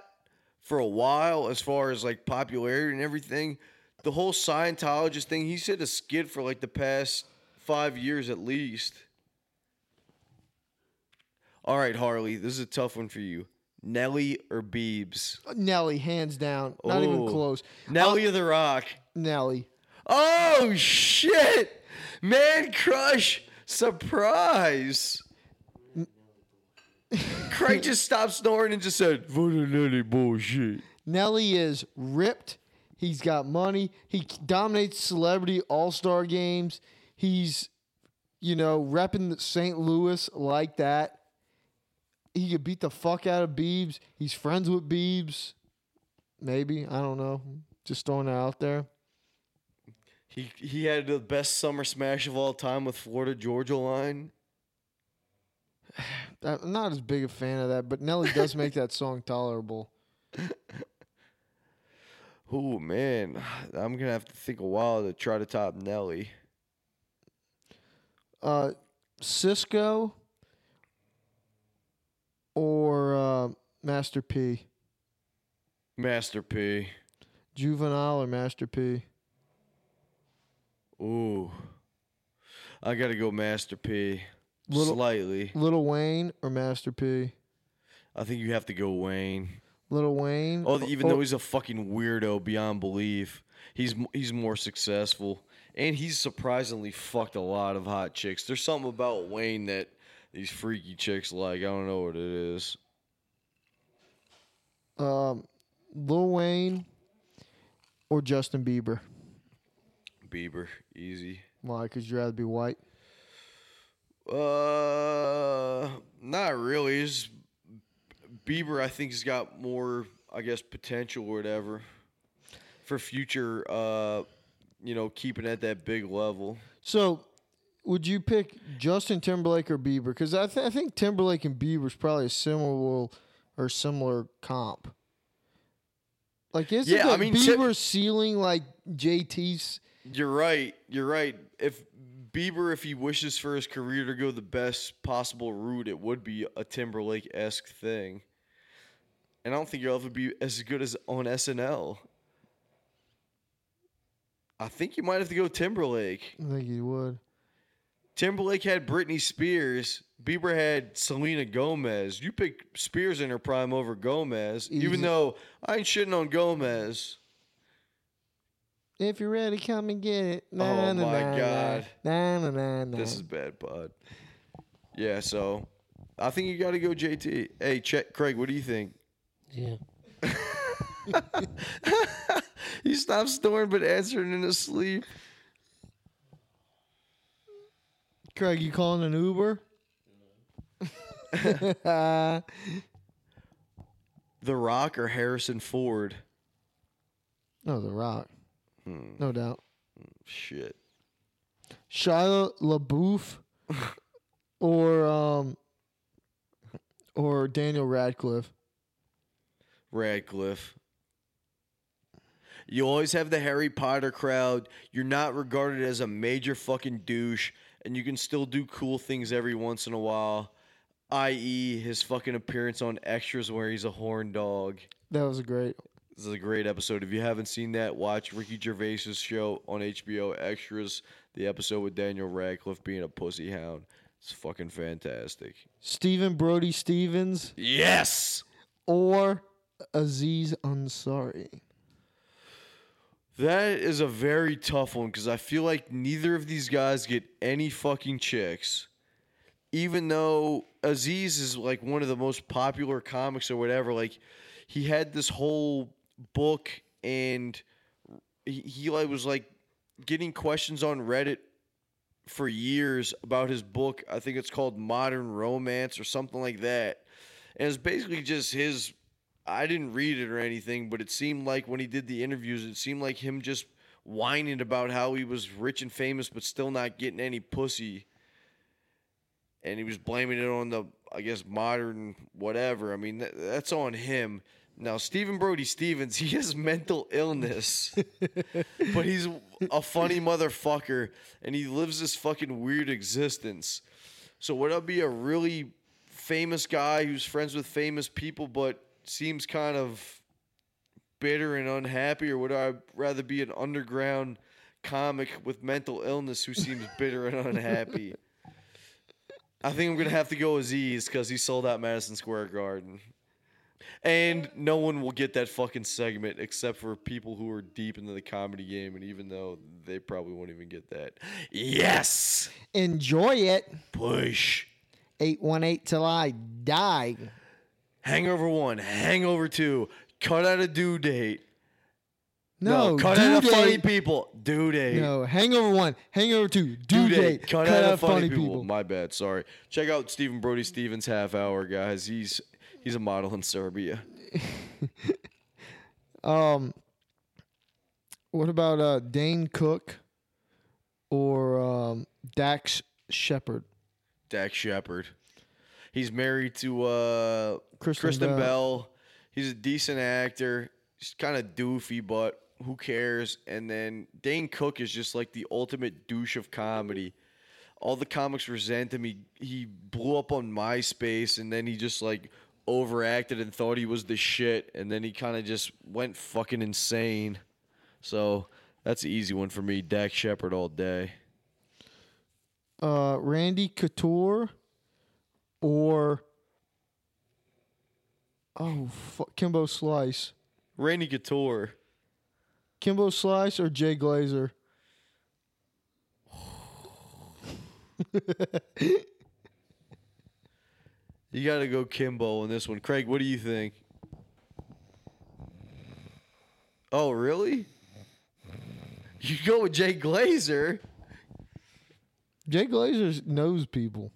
Speaker 3: for a while as far as like popularity and everything. The whole Scientologist thing. He said a skid for like the past five years at least. All right, Harley, this is a tough one for you. Nelly or Biebs?
Speaker 7: Nelly, hands down. Not even
Speaker 3: Oh.
Speaker 7: close.
Speaker 3: Nelly of the Rock.
Speaker 7: Nelly.
Speaker 3: Oh shit! Man crush surprise. Craig just stopped snoring and just said, "Vanilli bullshit."
Speaker 7: Nelly is ripped. He's got money. He dominates celebrity all star games. He's, you know, repping St. Louis like that. He could beat the fuck out of Biebs. He's friends with Biebs. Maybe. I don't know. Just throwing it out there.
Speaker 3: He he had the best summer smash of all time with Florida Georgia Line.
Speaker 7: I'm not as big a fan of that, but Nelly does make that song tolerable.
Speaker 3: Oh man, I'm gonna have to think a while to try to top Nelly.
Speaker 7: Uh, Cisco or uh, Master P?
Speaker 3: Master P.
Speaker 7: Juvenile or Master P?
Speaker 3: Ooh, I gotta go Master P.
Speaker 7: Little-
Speaker 3: Slightly,
Speaker 7: Little Wayne or Master P?
Speaker 3: I think you have to go Wayne.
Speaker 7: Little Wayne.
Speaker 3: Oh, even
Speaker 7: or-
Speaker 3: though he's a fucking weirdo beyond belief, he's m- he's more successful, and he's surprisingly fucked a lot of hot chicks. There's something about Wayne that these freaky chicks like. I don't know what it is.
Speaker 7: um, Lil Wayne or Justin Bieber.
Speaker 3: Bieber, easy.
Speaker 7: Why? Because you'd rather be white.
Speaker 3: Uh, not really. It's- Bieber, I think, has got more, I guess, potential or whatever for future. Uh, you know, keeping at that big level.
Speaker 7: So, would you pick Justin Timberlake or Bieber? Because I, th- I think Timberlake and Bieber's probably a similar or similar comp. Like, isn't
Speaker 3: Yeah,
Speaker 7: the
Speaker 3: I mean, Tim-
Speaker 7: Bieber ceiling like JT's?
Speaker 3: You're right. You're right. If Bieber, if he wishes for his career to go the best possible route, it would be a Timberlake esque thing. And I don't think you'll ever be as good as on SNL. I think you might have to go Timberlake.
Speaker 7: I think you would.
Speaker 3: Timberlake had Britney Spears. Bieber had Selena Gomez. You pick Spears in her prime over Gomez, even
Speaker 7: Easy.
Speaker 3: though I ain't shitting on Gomez.
Speaker 7: If you're ready, come and get it.
Speaker 3: Oh my God.
Speaker 7: Na, na, na, na.
Speaker 3: This is bad, bud. Yeah, so I think you got to go JT. Hey, check Craig. What do you think?
Speaker 8: Yeah.
Speaker 3: He stopped snoring but answering in his sleep.
Speaker 7: Craig, you calling an Uber?
Speaker 3: Mm-hmm. The Rock or Harrison Ford?
Speaker 7: No, The Rock.
Speaker 3: Hmm.
Speaker 7: No doubt.
Speaker 3: Shit.
Speaker 7: Shia LaBeouf or um or Daniel Radcliffe.
Speaker 3: Radcliffe. You always have the Harry Potter crowd. You're not regarded as a major fucking douche, and you can still do cool things every once in a while, i.e., his fucking appearance on extras where he's a horn dog.
Speaker 7: That was a great.
Speaker 3: This is a great episode. If you haven't seen that, watch Ricky Gervais's show on HBO Extras, the episode with Daniel Radcliffe being a pussy hound. It's fucking fantastic.
Speaker 7: Stephen Brody Stevens
Speaker 3: Yes!
Speaker 7: or Aziz Ansari.
Speaker 3: That is a very tough one because I feel like neither of these guys get any fucking chicks. Even though Aziz is like one of the most popular comics or whatever, like he had this whole book and he, he like was like getting questions on Reddit for years about his book. I think it's called Modern Romance or something like that. And it's basically just his I didn't read it or anything, but it seemed like when he did the interviews, it seemed like him just whining about how he was rich and famous but still not getting any pussy. And he was blaming it on the, I guess, modern whatever. I mean, that, that's on him. Now, Stephen Brody Stevens, he has mental illness, but he's a funny motherfucker and he lives this fucking weird existence. So would I be a really famous guy who's friends with famous people but seems kind of bitter and unhappy, or would I rather be an underground comic with mental illness who seems bitter and unhappy? I think I'm gonna have to go Aziz because he sold out Madison Square Garden. And no one will get that fucking segment except for people who are deep into the comedy game, and even though they probably won't even get that. Yes!
Speaker 7: Enjoy it.
Speaker 3: Push.
Speaker 7: 818 till I die.
Speaker 3: Hangover one, hangover two, cut out a due date.
Speaker 7: No,
Speaker 3: cut
Speaker 7: due
Speaker 3: out a funny
Speaker 7: date.
Speaker 3: people. Due date.
Speaker 7: No, Hangover 1, Hangover 2, Due,
Speaker 3: Due date.
Speaker 7: Date,
Speaker 3: Cut, out, a funny, people. My bad. Sorry. Check out Stephen Brody Stevens half hour, guys. He's he's a model in Serbia.
Speaker 7: Um, what about uh, Dane Cook or um, Dax Shepard?
Speaker 3: Dak Shepard. He's married to uh,
Speaker 7: Kristen
Speaker 3: Kristen Bell.
Speaker 7: Bell.
Speaker 3: He's a decent actor. He's kind of doofy, but who cares? And then Dane Cook is just like the ultimate douche of comedy. All the comics resent him. He he blew up on MySpace, and then he just like overacted and thought he was the shit, and then he kind of just went fucking insane. So that's an easy one for me. Dak Shepard all day.
Speaker 7: Uh, Randy Couture or oh fuck, Kimbo Slice,
Speaker 3: Randy Couture.
Speaker 7: Kimbo Slice or Jay Glazer?
Speaker 3: You got to go Kimbo on this one. Craig, what do you think? Oh, really? You go with Jay Glazer?
Speaker 7: Jay Glazer knows people.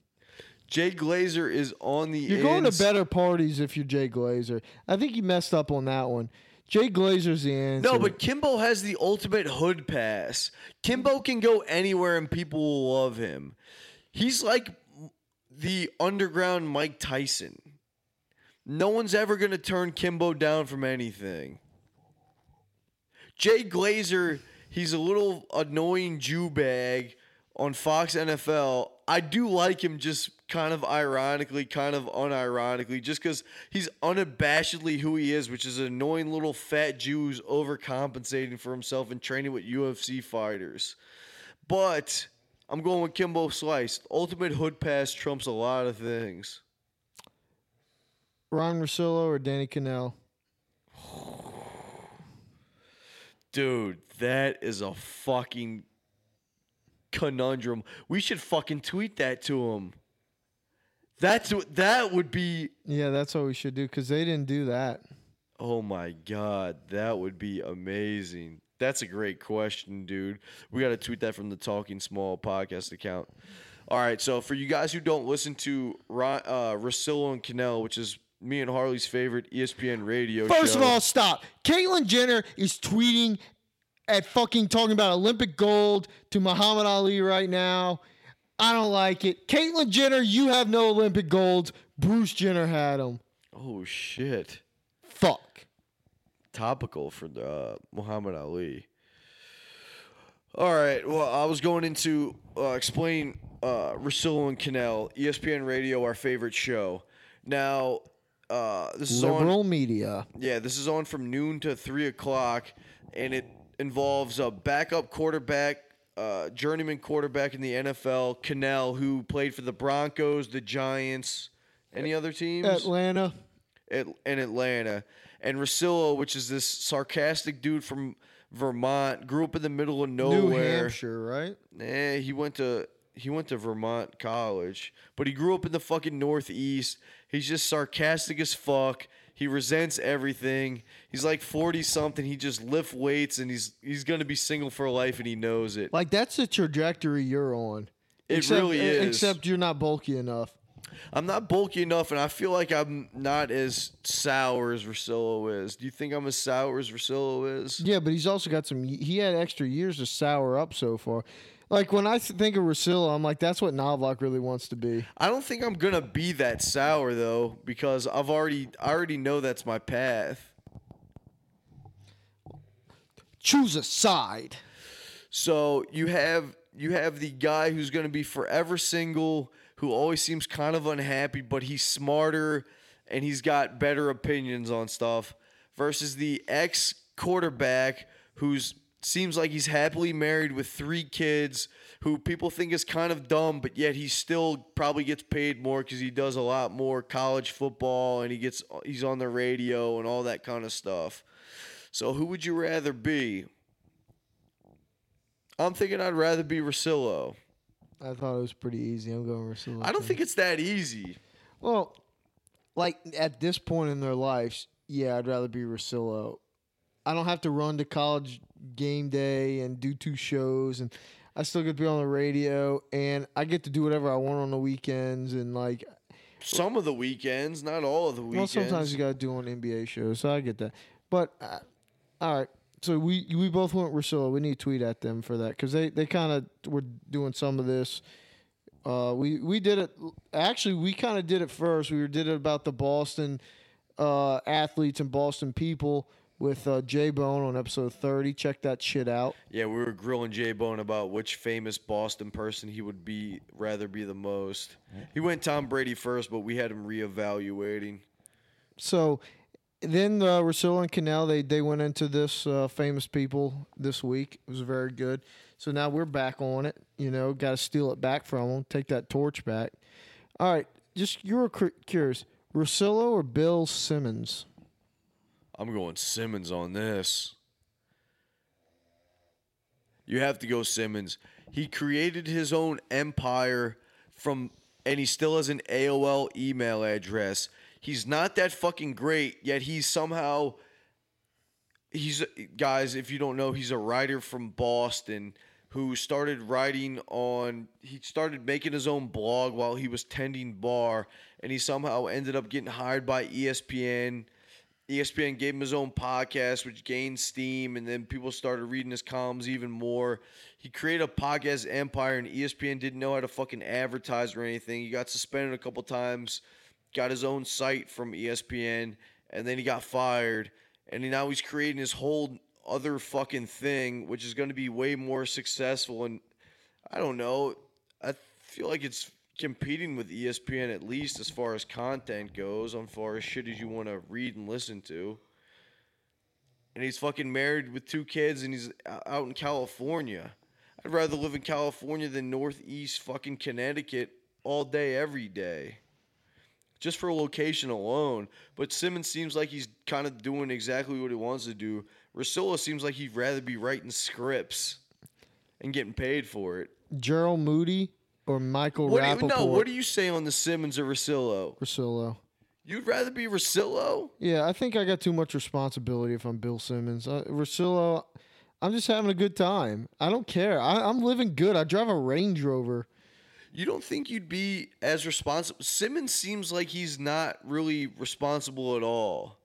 Speaker 3: Jay Glazer is on the
Speaker 7: You're going to
Speaker 3: ins-
Speaker 7: better parties if you're Jay Glazer. I think you messed up on that one. Jay Glazer's the answer.
Speaker 3: No, but Kimbo has the ultimate hood pass. Kimbo can go anywhere and people will love him. He's like the underground Mike Tyson. No one's ever going to turn Kimbo down from anything. Jay Glazer, he's a little annoying Jew bag on Fox NFL. I do like him just kind of ironically, kind of unironically, just because he's unabashedly who he is, which is an annoying little fat Jew who's overcompensating for himself and training with UFC fighters. But I'm going with Kimbo Slice. Ultimate hood pass trumps a lot of things.
Speaker 7: Ron Rosillo or Danny Cannell?
Speaker 3: Dude, that is a fucking conundrum. We should fucking tweet that to him. That's what that would be.
Speaker 7: Yeah, that's what we should do because they didn't do that.
Speaker 3: Oh my god, that would be amazing. That's a great question, dude. We got to tweet that from the Talking Small podcast account. All right, so for you guys who don't listen to Ron, uh, Rosillo and Cannell, which is me and Harley's favorite E ESPN radio
Speaker 7: First
Speaker 3: show,
Speaker 7: of all, stop. Caitlyn Jenner is tweeting at fucking talking about Olympic gold to Muhammad Ali right now. I don't like it. Caitlyn Jenner, you have no Olympic golds. Bruce Jenner had them.
Speaker 3: oh shit.
Speaker 7: Fuck.
Speaker 3: topical for uh, Muhammad Ali. All right. Well, I was going into uh, explain uh, Rosillo and Cannell, E ESPN Radio, our favorite show. Now, uh, this is on.
Speaker 7: Liberal media.
Speaker 3: Yeah, this is on from noon to three o'clock, and it involves a backup quarterback, uh, journeyman quarterback in the NFL, Cannell, who played for the Broncos, the Giants, any other teams?
Speaker 7: Atlanta.
Speaker 3: at, in Atlanta, and Rosillo, which is this sarcastic dude from Vermont, grew up in the middle of
Speaker 7: New
Speaker 3: nowhere.
Speaker 7: Hampshire, right?
Speaker 3: Eh, he went to he went to Vermont College, but he grew up in the fucking Northeast. He's just sarcastic as fuck. He resents everything. He's like forty something. He just lifts weights, and he's he's gonna be single for life, and he knows it.
Speaker 7: Like that's the trajectory you're on.
Speaker 3: It
Speaker 7: Except- eh,
Speaker 3: really is.
Speaker 7: Except you're not bulky enough.
Speaker 3: I'm not bulky enough, and I feel like I'm not as sour as Rosillo is. Do you think I'm as sour as Rosillo is?
Speaker 7: Yeah, but he's also got some. He had extra years to sour up so far. Like when I think of Rosillo, I'm like, that's what Novak really wants to be.
Speaker 3: I don't think I'm gonna be that sour though, because I've already I already know that's my path.
Speaker 7: Choose a side.
Speaker 3: So you have you have the guy who's gonna be forever single, who always seems kind of unhappy, but he's smarter and he's got better opinions on stuff, versus the ex quarterback who's seems like he's happily married with three kids who people think is kind of dumb but yet he still probably gets paid more cuz he does a lot more college football and he gets he's on the radio and all that kind of stuff. So who would you rather be? I'm thinking I'd rather be Rosillo.
Speaker 7: I thought it was pretty easy. I'm going Rosillo.
Speaker 3: I don't
Speaker 7: too.
Speaker 3: think it's that easy.
Speaker 7: Well, like at this point in their lives, yeah, I'd rather be Rosillo. I don't have to run to college game day and do two shows, and I still get to be on the radio, and I get to do whatever I want on the weekends, and like
Speaker 3: Some of the weekends, not all of the weekends.
Speaker 7: Well, sometimes you got to do on NBA shows, so I get that. But uh, all right, so we we both went Rosillo. We need to tweet at them for that because they they kind of were doing some of this. Uh, we we did it actually. We kind of did it first. We did it about the Boston uh, athletes and Boston people with uh, J Bone on episode thirty. Check that shit out.
Speaker 3: yeah, we were grilling J Bone about which famous Boston person he would be rather be the most. He went Tom Brady first, but we had him reevaluating.
Speaker 7: So then uh, Rosillo and Cannell they they went into this uh, famous people this week. It was very good. So now we're back on it. You know, got to steal it back from them. Take that torch back. All right, just you were cur- curious, Rosillo or Bill Simmons?
Speaker 3: I'm going Simmons on this. You have to go Simmons. He created his own empire from, and he still has an AOL email address. He's not that fucking great, yet he's somehow. He's guys. If you don't know, he's a writer from Boston who started writing on. He started making his own blog while he was tending bar, and he somehow ended up getting hired by E ESPN. ESPN gave him his own podcast, which gained steam, and then people started reading his columns even more. He created a podcast empire, and E ESPN didn't know how to fucking advertise or anything. He got suspended a couple times, got his own site from E ESPN, and then he got fired. And now he's creating his whole other fucking thing, which is going to be way more successful. And I don't know. I feel like it's competing with E ESPN at least as far as content goes, on far as shit as you want to read and listen to. And he's fucking married with two kids, and he's o- out in California. I'd rather live in California than Northeast fucking Connecticut all day, every day. Just for location alone. But Simmons seems like he's kind of doing exactly what he wants to do. Rosillo seems like he'd rather be writing scripts and getting paid for it.
Speaker 7: Gerald Moody or Michael
Speaker 3: What do you,
Speaker 7: Rappaport?
Speaker 3: no, what do you say on the Simmons or Rosillo?
Speaker 7: Priscilla.
Speaker 3: You'd rather be Rosillo?
Speaker 7: Yeah, I think I got too much responsibility if I'm Bill Simmons. Uh, Rosillo, I'm just having a good time. I don't care. I, I'm living good. I drive a Range Rover.
Speaker 3: You don't think you'd be as responsible? Simmons seems like he's not really responsible at all.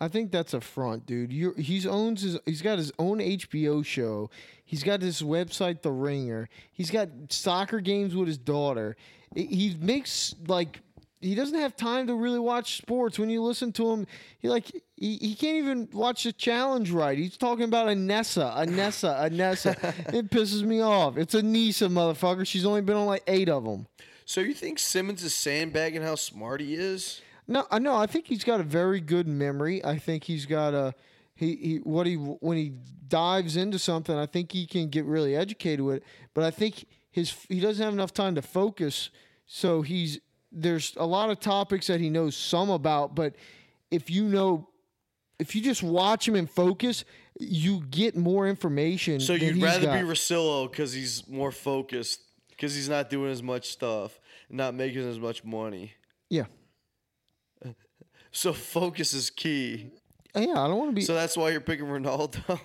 Speaker 7: I think that's a front, dude. You he's owns his he's got his own HBO show. He's got his website The Ringer. He's got soccer games with his daughter. I- He makes like he doesn't have time to really watch sports. When you listen to him, he like he, he can't even watch the challenge right. He's talking about a Nessa, a Nessa, a Nessa. it pisses me off. It's a Nisa motherfucker. She's only been on like eight of them.
Speaker 3: So you think Simmons is sandbagging how smart he is?
Speaker 7: No, I no, I think he's got a very good memory. I think he's got a he, he what he when he dives into something, I think he can get really educated with it. But I think his he doesn't have enough time to focus, so he's there's a lot of topics that he knows some about, but if you know if you just watch him and focus, you get more information.
Speaker 3: So
Speaker 7: than
Speaker 3: you'd
Speaker 7: he's
Speaker 3: rather
Speaker 7: got.
Speaker 3: be Rosillo because he's more focused, because he's not doing as much stuff, not making as much money.
Speaker 7: yeah.
Speaker 3: So focus is key.
Speaker 7: Oh, Yeah, I don't want to be.
Speaker 3: So that's why you're picking Ronaldo.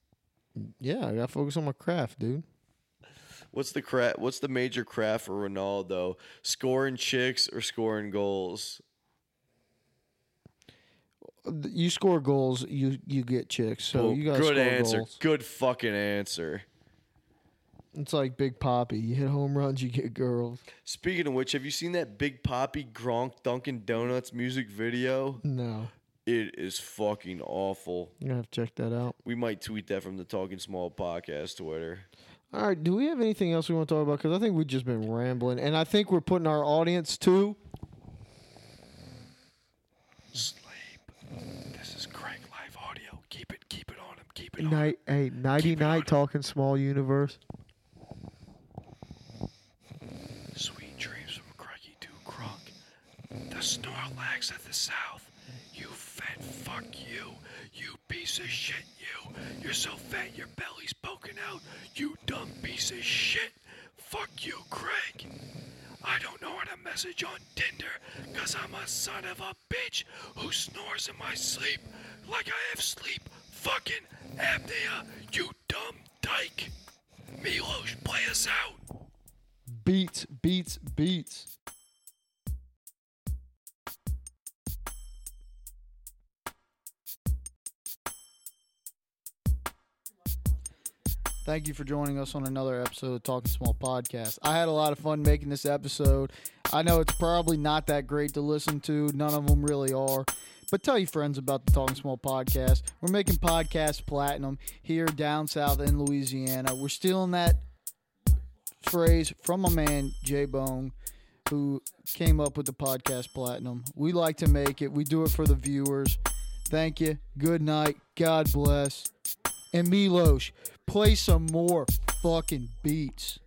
Speaker 7: yeah, I got to focus on my craft, dude.
Speaker 3: What's the cra- What's the major craft for Ronaldo? Scoring chicks or scoring goals?
Speaker 7: You score goals, you you get chicks. So
Speaker 3: Boom.
Speaker 7: you got
Speaker 3: good answer.
Speaker 7: Goals.
Speaker 3: Good fucking answer.
Speaker 7: It's like Big Poppy. You hit home runs, you get girls.
Speaker 3: Speaking of which, have you seen that Big Poppy Gronk Dunkin' Donuts music video?
Speaker 7: No,
Speaker 3: It is fucking awful.
Speaker 7: you're gonna have to check that out.
Speaker 3: We might tweet that from the Talking Small podcast Twitter.
Speaker 7: All right, do we have anything else we want to talk about? Because I think we've just been rambling, and I think we're putting our audience to.
Speaker 3: Mm, This is Craig Live Audio. Keep it, keep it on him, keep it
Speaker 7: Night, hey, nighty night, talking small universe.
Speaker 3: Sweet dreams from Craigie to Crunk. The Snorlax of the South. You fat fuck you. You piece of shit, you. You're so fat your belly's poking out. You dumb piece of shit. Fuck you, Craig. I don't know how to message on Tinder, cause I'm a son of a bitch who snores in my sleep like I have sleep fucking apnea, you dumb dyke. Milos, play us out.
Speaker 7: Beats, beats, beats. Thank you for joining us on another episode of Talking Small Podcast. I had a lot of fun making this episode. I know it's probably not that great to listen to, none of them really are. But tell your friends about the Talking Small Podcast. We're making podcast platinum here down south in Louisiana. We're stealing that phrase from my man J Bone, who came up with the podcast platinum. We like to make it. We do it for the viewers. Thank you. Good night. God bless. And Milos, play some more fucking beats.